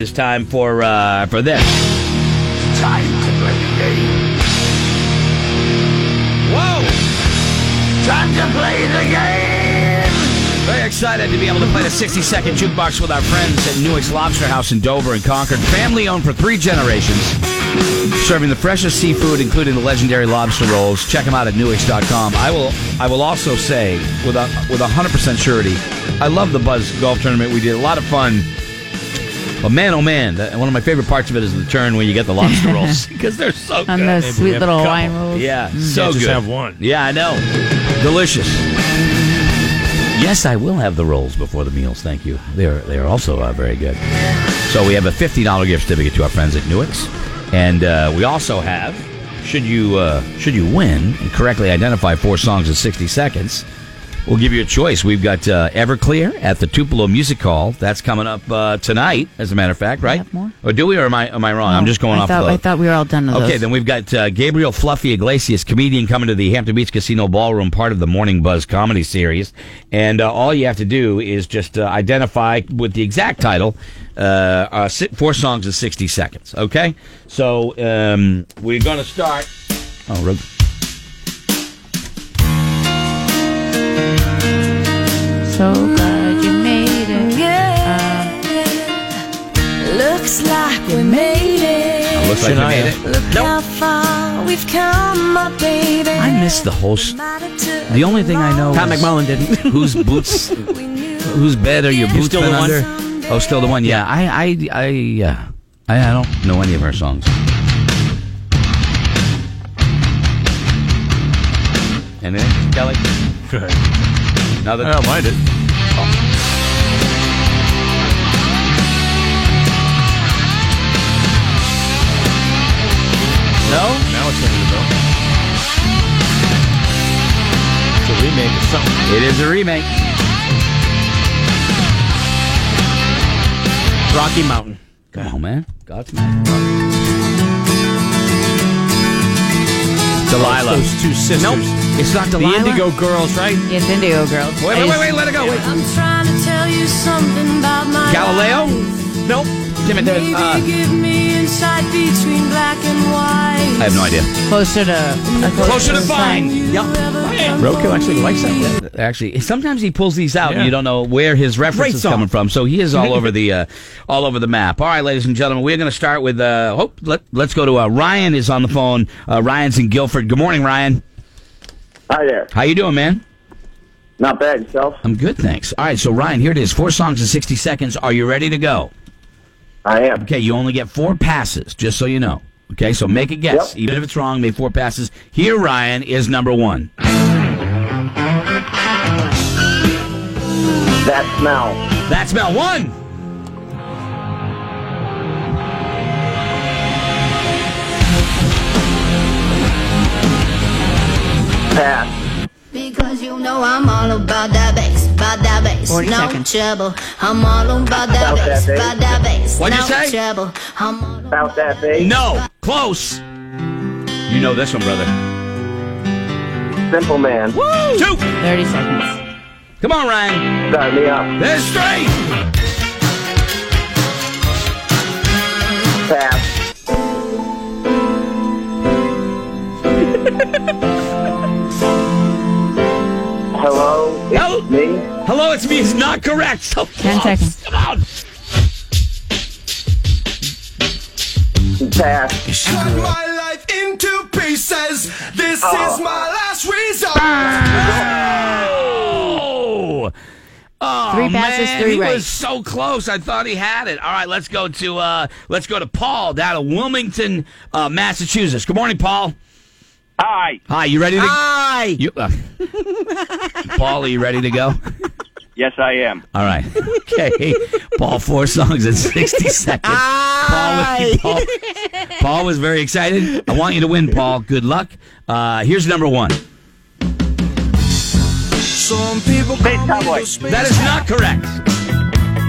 It's time for uh, for this. Time to play the game. Whoa! Time to play the game. Very excited to be able to play the 60 second jukebox with our friends at Newick's Lobster House in Dover and Concord. Family owned for three generations, serving the freshest seafood, including the legendary lobster rolls. Check them out at newick's.com. I will I will also say with a, with 100% surety, I love the Buzz Golf Tournament. We did a lot of fun. But man, oh man, that- one of my favorite parts of it is the turn when you get the lobster rolls because they're so good. on those Maybe we sweet have a little couple. wine rolls. Yeah, so Can't just good. have one. Yeah, I know. Delicious. Yes, I will have the rolls before the meals. Thank you. They're they're also uh, very good. So we have a fifty dollar gift certificate to our friends at Newick's, and uh, we also have should you uh, should you win and correctly identify four songs in sixty seconds. We'll give you a choice. We've got uh, Everclear at the Tupelo Music Hall. That's coming up uh, tonight, as a matter of fact, right? have more? Or do we, or am I, am I wrong? I'm just going I off Thought, the... I thought we were all done with Okay, those. then we've got uh, Gabriel Fluffy Iglesias, comedian, coming to the Hampton Beach Casino Ballroom, part of the Morning Buzz comedy series. And uh, all you have to do is just uh, identify with the exact title, uh, uh, si- four songs in 60 seconds, okay? So um, we're going to start. Oh, Ro- So glad you made it. Looks like we made it. looks like you made it. Look how far we've come, my baby. I missed the whole. s- the only thing I know Tom is McMullen didn't. whose boots, whose bed are your boots still been the one? under? Oh, still the one. Yeah, I, I, I, yeah, I, I don't know any of her songs. And then Kelly, I another. don't mind it. No, Now it's ringing the bell. It's a remake of something. it is a remake. Rocky Mountain. Come on, man, Godsmack. Delilah. Those two sisters. Nope, it's not The Delilah. Indigo Girls, right? Yeah, it's Indigo Girls. Wait, wait, wait, wait, let it go. Wait. I'm trying to tell you something about my Galileo? Nope. Damn it, Maybe there's, uh, give me insight between black and white. I have no idea. Closer to uh, Closer to fine. Yep. Roadkill actually likes that one. actually sometimes he pulls these out and Yeah. you don't know where his reference Great is song. coming from so he is all over the uh, all over the map all right ladies and gentlemen we're going to start with uh oh, let, let's go to uh, ryan is on the phone uh, ryan's in guilford good morning ryan Hi there. how you doing man Not bad yourself. i'm good thanks all right so ryan here it is four songs in 60 seconds are you ready to go I am. okay you only get four passes just so you know okay so make a guess Yep. even if it's wrong make four passes here ryan is number one That smell. that's about one Pass. Because you know I'm all about that bass, about that bass, 40 no seconds. trouble. I'm all about that About that bass, bass. about that bass, What'd you no say? trouble. I'm all about About that big. no close you know this one brother Simple man. two 30 seconds. Come on, Ryan. Start me up. There's three. Pass. Hello, it's Hello? me. Hello, it's me. It's not correct. So Ten close. seconds. Come on. Pass. Cut my life into pieces. This is my last resort. Oh. Oh, Three passes, man, three he right. was so close. I thought he had it. All right, let's go to uh, let's go to Paul down in Wilmington, uh, Massachusetts. Good morning, Paul. Hi. Hi, you ready to? Hi. You, uh, Paul, are you ready to go? Yes, I am. All right. Okay. Paul, four songs in 60 seconds. Paul, Paul, Paul was very excited. I want you to win, Paul. Good luck. Uh, here's number one. Some people Space call Cowboy. me the space That is not correct.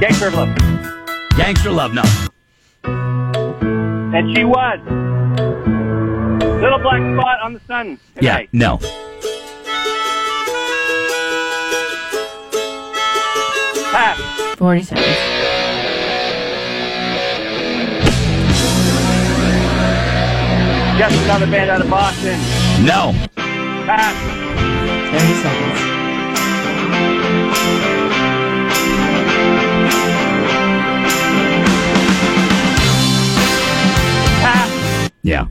Gangster Love. Gangster Love, no. And she was. Little black spot on the sun. Yeah, tonight. no. Pass. 40 seconds. Just another band out of Boston. No. Pass. 30 seconds. Pass. Yeah.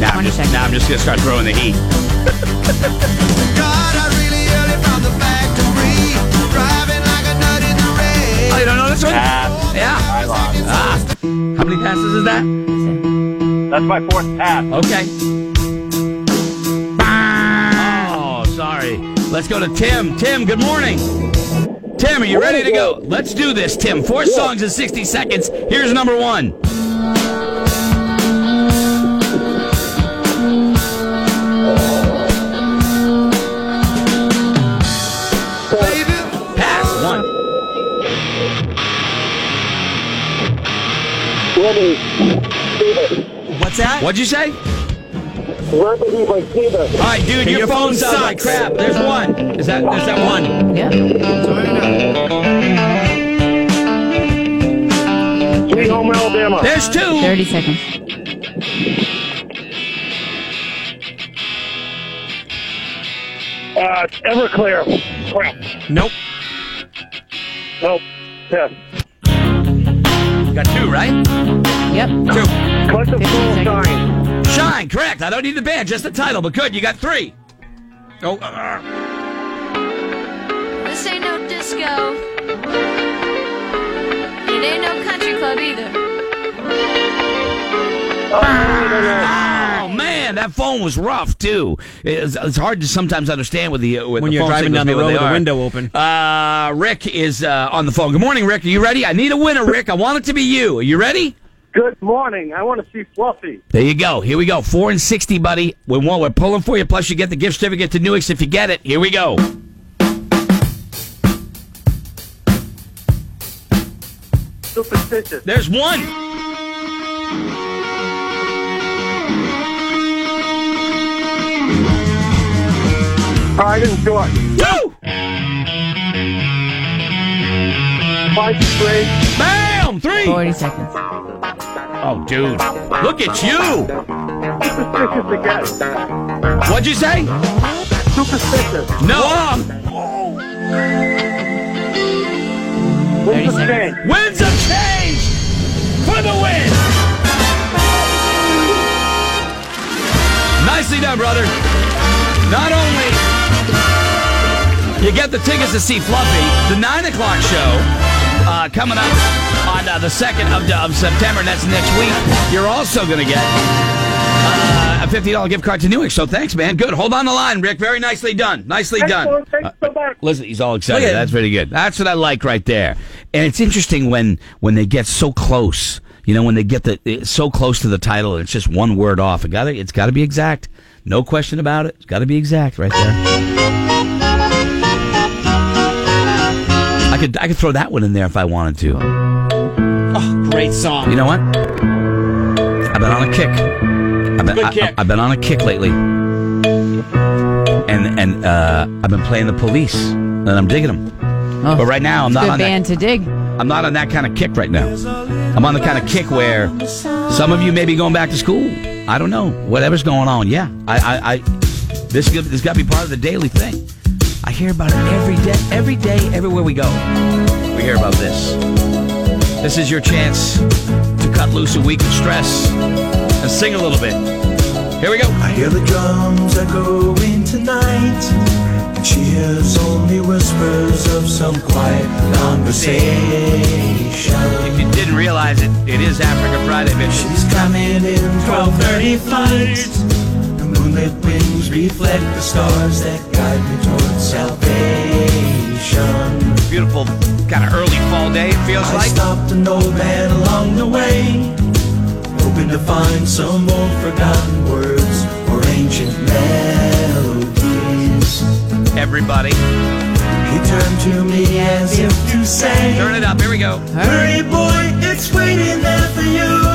Now I'm 20 just seconds. now I'm just gonna start throwing the heat. God, I really early from the factory. Driving like a nut in the rain. Oh, you don't know this one? Pass. Yeah. I lost. Ah. How many passes is that? That's my fourth pass. Okay. Oh, sorry. Let's go to Tim. Tim, good morning. Tim, are you ready to go? Let's do this, Tim. Four songs in 60 seconds. Here's number one. Pass. One. Liberty, Stevens. What's that? What'd you say? Liberty by Stevens. All right, dude, your, phone, sounds like crap. There's one. Is that? Is that one? Yep. Sweet Home Alabama. There's two. 30 seconds. Uh, Everclear. Crap. Nope. Oh, Nope. Pass. Got two, right? Yep. Two. What's 15 the full seconds. sign? Shine, correct. I don't need the band, just the title, but good. You got three. Oh, uh, uh. This ain't no disco. It ain't no country club either. oh man, that phone was rough too. It's, it's hard to sometimes understand with the uh, with When the you're phone driving signals down the being what road they with the are. Uh, window open. Rick is uh, on the phone. Good morning, Rick. Are you ready? I need a winner, Rick. I want it to be you. Are you ready? Good morning. I want to see Fluffy. There you go. Here we go. Four and sixty, buddy. We want. We're pulling for you. Plus, you get the gift certificate to Newix if you get it. Here we go. Superstitious. There's one. Pride and joy. Two. Fight straight. Bam. Three. 40 seconds. Oh, dude. Look at you. Superstitious again. What'd you say? Superstitious. No. What's the change? Winds of change for the win. Nicely done, brother. Not only you get the tickets to see Fluffy, the nine o'clock show uh, coming up on uh, the second of, of September. That's next week. You're also going to get uh, a fifty dollar gift card to Newick. So thanks, man. Good. Hold on the line, Rick. Very nicely done. Nicely done. Uh, Excellent. Thanks so much. Listen, he's all excited. Look at him. That's pretty good. That's what I like right there. And it's interesting when when they get so close. You know, when they get the it's so close to the title, and it's just one word off. It got to it's got to be exact. No question about it. It's got to be exact right there. I could I could throw that one in there if I wanted to. Great song. You know what? I've been on a kick. I've been, Good I- kick. I, have been on a kick lately. And and uh, I've been playing the police, and I'm digging them. Oh, But right now, I'm not good on that. band to dig. I'm not on that kind of kick right now. I'm on the kind of kick where some of you may be going back to school. I don't know. Whatever's going on. Yeah. I, I, I this, got- this got to be part of the daily thing. I hear about it every day, every day, everywhere we go. We hear about this. This is your chance to cut loose a week of stress and sing a little bit. Here we go. I hear the drums echoing tonight. and She hears only whispers of some quiet conversation. If you didn't realize it, it is Africa Friday, bitch. She's coming in 12:30 flight. The moonlit wings reflect the stars that guide me towards salvation. Beautiful, kind of early fall day, it feels I like. stopped an old man along the way, hoping to find some old forgotten words or ancient melodies. Everybody, He turned to me as if to say, turn it up. Here we go. Hurry, boy, it's waiting there for you.